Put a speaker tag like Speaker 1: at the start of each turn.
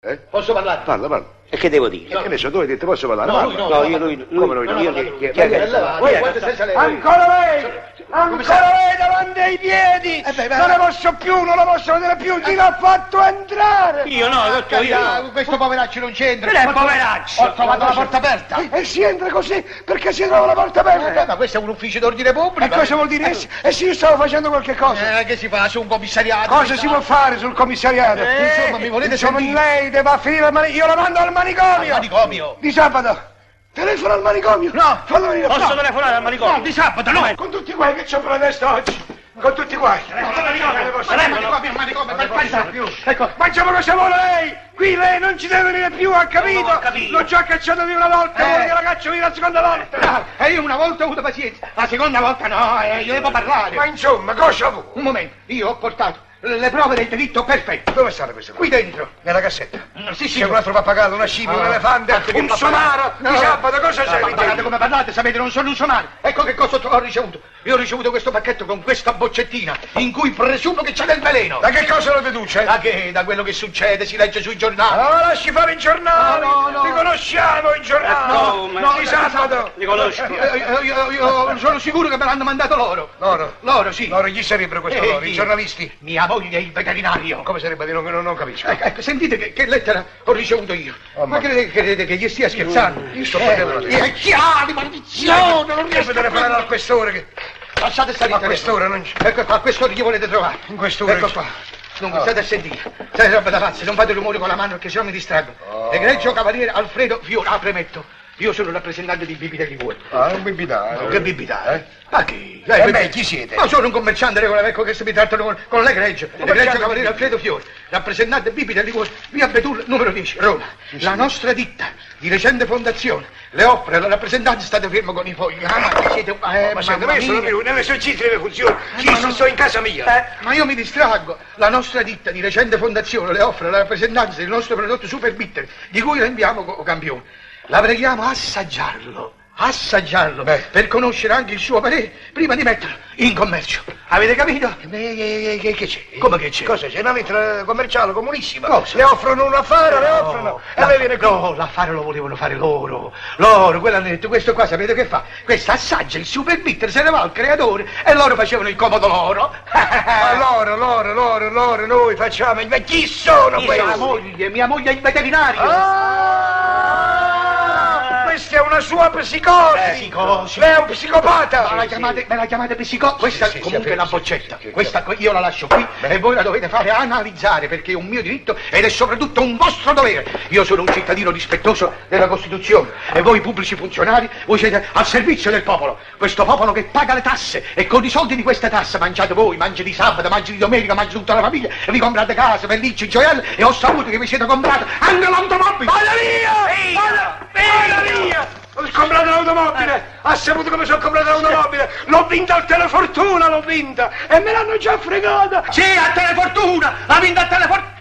Speaker 1: Eh?
Speaker 2: Posso parlare?
Speaker 1: Parla, parla.
Speaker 3: E che devo dire?
Speaker 1: E che ne so, tu hai detto posso parlare?
Speaker 2: No,
Speaker 1: Parla.
Speaker 2: lui no.
Speaker 3: No, io lui, lui,
Speaker 1: Come lui?
Speaker 3: io
Speaker 1: No,
Speaker 3: gli-
Speaker 1: no,
Speaker 3: gli-
Speaker 1: no,
Speaker 3: chi è
Speaker 2: no,
Speaker 3: che-
Speaker 2: no, no,
Speaker 3: Voi
Speaker 2: no,
Speaker 3: adesso-
Speaker 2: no, no, no, no,
Speaker 4: Ancora lei!
Speaker 2: Come
Speaker 4: Ancora
Speaker 2: sa-
Speaker 4: lei davanti ai piedi!
Speaker 1: Eh beh, ma-
Speaker 4: Non ne posso più, non la posso vedere più! Chi l'ha fatto entrare?
Speaker 3: Io no, dottor, io no.
Speaker 2: Ah, Questo poveraccio non c'entra.
Speaker 4: Non è
Speaker 2: Ho-
Speaker 4: poveraccio.
Speaker 2: Ho trovato la porta aperta.
Speaker 4: E, e si entra così perché si trova la porta
Speaker 2: Eh,
Speaker 4: aperta!
Speaker 2: ma questo è un ufficio d'ordine pubblico.
Speaker 4: E cosa vuol dire? E se- E se io stavo facendo qualche cosa?
Speaker 2: Eh, che si fa su un commissariato?
Speaker 4: Cosa si può fare sul commissariato?
Speaker 2: Eh, insomma, mi volete
Speaker 4: Insomma,
Speaker 2: sentire?
Speaker 4: lei deve finire al manicomio. Io la mando al manicomio!
Speaker 2: Al manicomio?
Speaker 4: Di sabato! Telefono al manicomio!
Speaker 2: No.
Speaker 4: Fallo venire
Speaker 3: Posso
Speaker 4: no.
Speaker 3: telefonare al
Speaker 2: No,
Speaker 3: manicomio?
Speaker 2: di sabato, no!
Speaker 4: Con tutti quei che c'ho per la testa oggi! Con tutti quei!
Speaker 2: Manicomio, manicomio, per parità. Ecco,
Speaker 4: Facciamo cosa vuole lei! Qui lei non ci deve venire più, ha capito?
Speaker 3: ho capito.
Speaker 4: L'ho già cacciato via una volta,
Speaker 2: Eh.
Speaker 4: vuole che la caccio via la seconda volta!
Speaker 2: E io una volta ho avuto pazienza, la seconda volta no, eh, io devo
Speaker 4: Ma
Speaker 2: parlare.
Speaker 4: insomma, cosa vuole?
Speaker 2: Un momento, io ho portato le prove del delitto perfetto.
Speaker 4: Dove stanno queste
Speaker 2: Qui dentro.
Speaker 4: Nella cassetta.
Speaker 2: Mm, Sì, sì.
Speaker 4: C'è un altro pappagallo, una scimmia, un
Speaker 2: Ah.
Speaker 4: elefante,
Speaker 2: Ecco che
Speaker 4: un
Speaker 2: pappagallo.
Speaker 4: somaro,
Speaker 2: No.
Speaker 4: di sabato, cosa
Speaker 2: No,
Speaker 4: sei?
Speaker 2: ma Guardate come parlate, sapete, non sono un somaro. Ecco che cosa ho ricevuto. Io ho ricevuto questo pacchetto con questa boccettina in cui presumo che c'è del veleno.
Speaker 4: Da che cosa lo deduce?
Speaker 2: Da che? Da quello che succede, si legge sui giornali.
Speaker 4: Ah, lasci fare i giornali!
Speaker 2: No, no, no.
Speaker 4: Li conosciamo i giornali!
Speaker 3: No, ma-
Speaker 4: di sabato!
Speaker 3: Li conosco.
Speaker 2: Eh, Io, io- io sono sicuro che me l'hanno mandato loro.
Speaker 4: Loro?
Speaker 2: Loro, sì.
Speaker 4: Loro, chi sarebbero questo
Speaker 2: Eh,
Speaker 4: loro?
Speaker 2: chi?
Speaker 4: I giornalisti?
Speaker 2: Mia moglie è il veterinario.
Speaker 4: Come sarebbe di non, non, non capisco?
Speaker 2: Ecco, ecco, sentite che, che lettera ho ricevuto io.
Speaker 4: Oh, ma-
Speaker 2: ma credete, credete che gli stia scherzando?
Speaker 4: Io sto perdendo la testa.
Speaker 2: Eh, chiari,
Speaker 4: Che potete
Speaker 2: maledizione, non riesco a
Speaker 4: fare a
Speaker 2: prendere-
Speaker 4: quest'ora che...
Speaker 2: Lasciate stare
Speaker 4: Ma
Speaker 2: il
Speaker 4: a quest'ora non c'è.
Speaker 2: Ecco qua, a quest'ora chi volete trovare?
Speaker 4: In quest'ora
Speaker 2: Ecco
Speaker 4: c'è.
Speaker 2: qua. Dunque,
Speaker 4: Ah.
Speaker 2: state a sentire. State roba da pazzi, non fate rumore con la mano che se no mi distraggo.
Speaker 4: Ah.
Speaker 2: Egregio cavaliere Alfredo Fiora, ah, premetto. Io sono il rappresentante di bibite di voi.
Speaker 4: Ah, un bibitare.
Speaker 2: Che bibita,
Speaker 4: Eh?
Speaker 2: eh? Ma che?
Speaker 4: Eh
Speaker 2: che-
Speaker 4: beh, chi siete? Eh,
Speaker 2: Ma sono un commerciante regolare, ecco che si mi trattano con, con l'egregio. Egregio cavaliere Alfredo Fiori, rappresentante bibita di voi, via Betul numero 10, Roma. La nostra ditta, di recente fondazione, le offre la rappresentanza, state fermo con i fogli. Ah, ma che siete un... eh,
Speaker 4: Oh, Ma secondo me
Speaker 2: mamma
Speaker 4: Cioè, sono
Speaker 2: mia.
Speaker 4: più, nelle sue cifre funziona. Io
Speaker 2: ma non-
Speaker 4: sto in casa mia.
Speaker 2: Eh, ma io mi distraggo. La nostra ditta di recente fondazione le offre la rappresentanza del nostro prodotto Super Bitter, di cui rendiamo co- campione. La preghiamo assaggiarlo, assaggiarlo,
Speaker 4: Beh.
Speaker 2: per conoscere anche il suo parere, prima di metterlo in commercio. Avete capito?
Speaker 4: Eh, Che, che- che c'è?
Speaker 2: Come che c'è?
Speaker 4: Cosa c'è? Una mitra commerciale comunissima.
Speaker 2: Cosa?
Speaker 4: Le offrono un affare, le offrono.
Speaker 2: No, eh,
Speaker 4: E lei viene qua.
Speaker 2: no, l'affare lo volevano fare loro. Loro, quello hanno detto, questo qua sapete che fa? Questo assaggia il super bitter, se ne va al creatore e loro facevano il comodo loro. Eh.
Speaker 4: Ma loro, loro, loro, loro, noi facciamo. Ma chi sono
Speaker 2: Mia
Speaker 4: questi?
Speaker 2: moglie, mia moglie è il veterinario.
Speaker 4: Ah! Questa è una sua psicosi.
Speaker 2: Eh, psicosi.
Speaker 4: Lei è un psicopata.
Speaker 2: Ma la chiamate, me la chiamate psicò? Questa
Speaker 4: sì, sì,
Speaker 2: comunque
Speaker 4: sì,
Speaker 2: è la
Speaker 4: sì,
Speaker 2: boccetta.
Speaker 4: sì, sì,
Speaker 2: Questa que- io la lascio qui e voi la dovete fare analizzare perché è un mio diritto ed è soprattutto un vostro dovere. Io sono un cittadino rispettoso della Costituzione e voi pubblici funzionari, voi siete al servizio del popolo. Questo popolo che paga le tasse e con i soldi di queste tasse mangiate voi, mangiate di sabato, mangiate di domenica, mangiate tutta la famiglia e vi comprate case, pellicce, gioielli e ho saputo che vi siete comprati anche l'automobile.
Speaker 4: Vada via! Vada, vada via! Ho comprato l'automobile! Ha saputo come sono comprato l'automobile! L'ho vinta al telefortuna, l'ho vinta! E me l'hanno già fregata!
Speaker 2: Sì, a Telefortuna! La vinta a Telefortuna!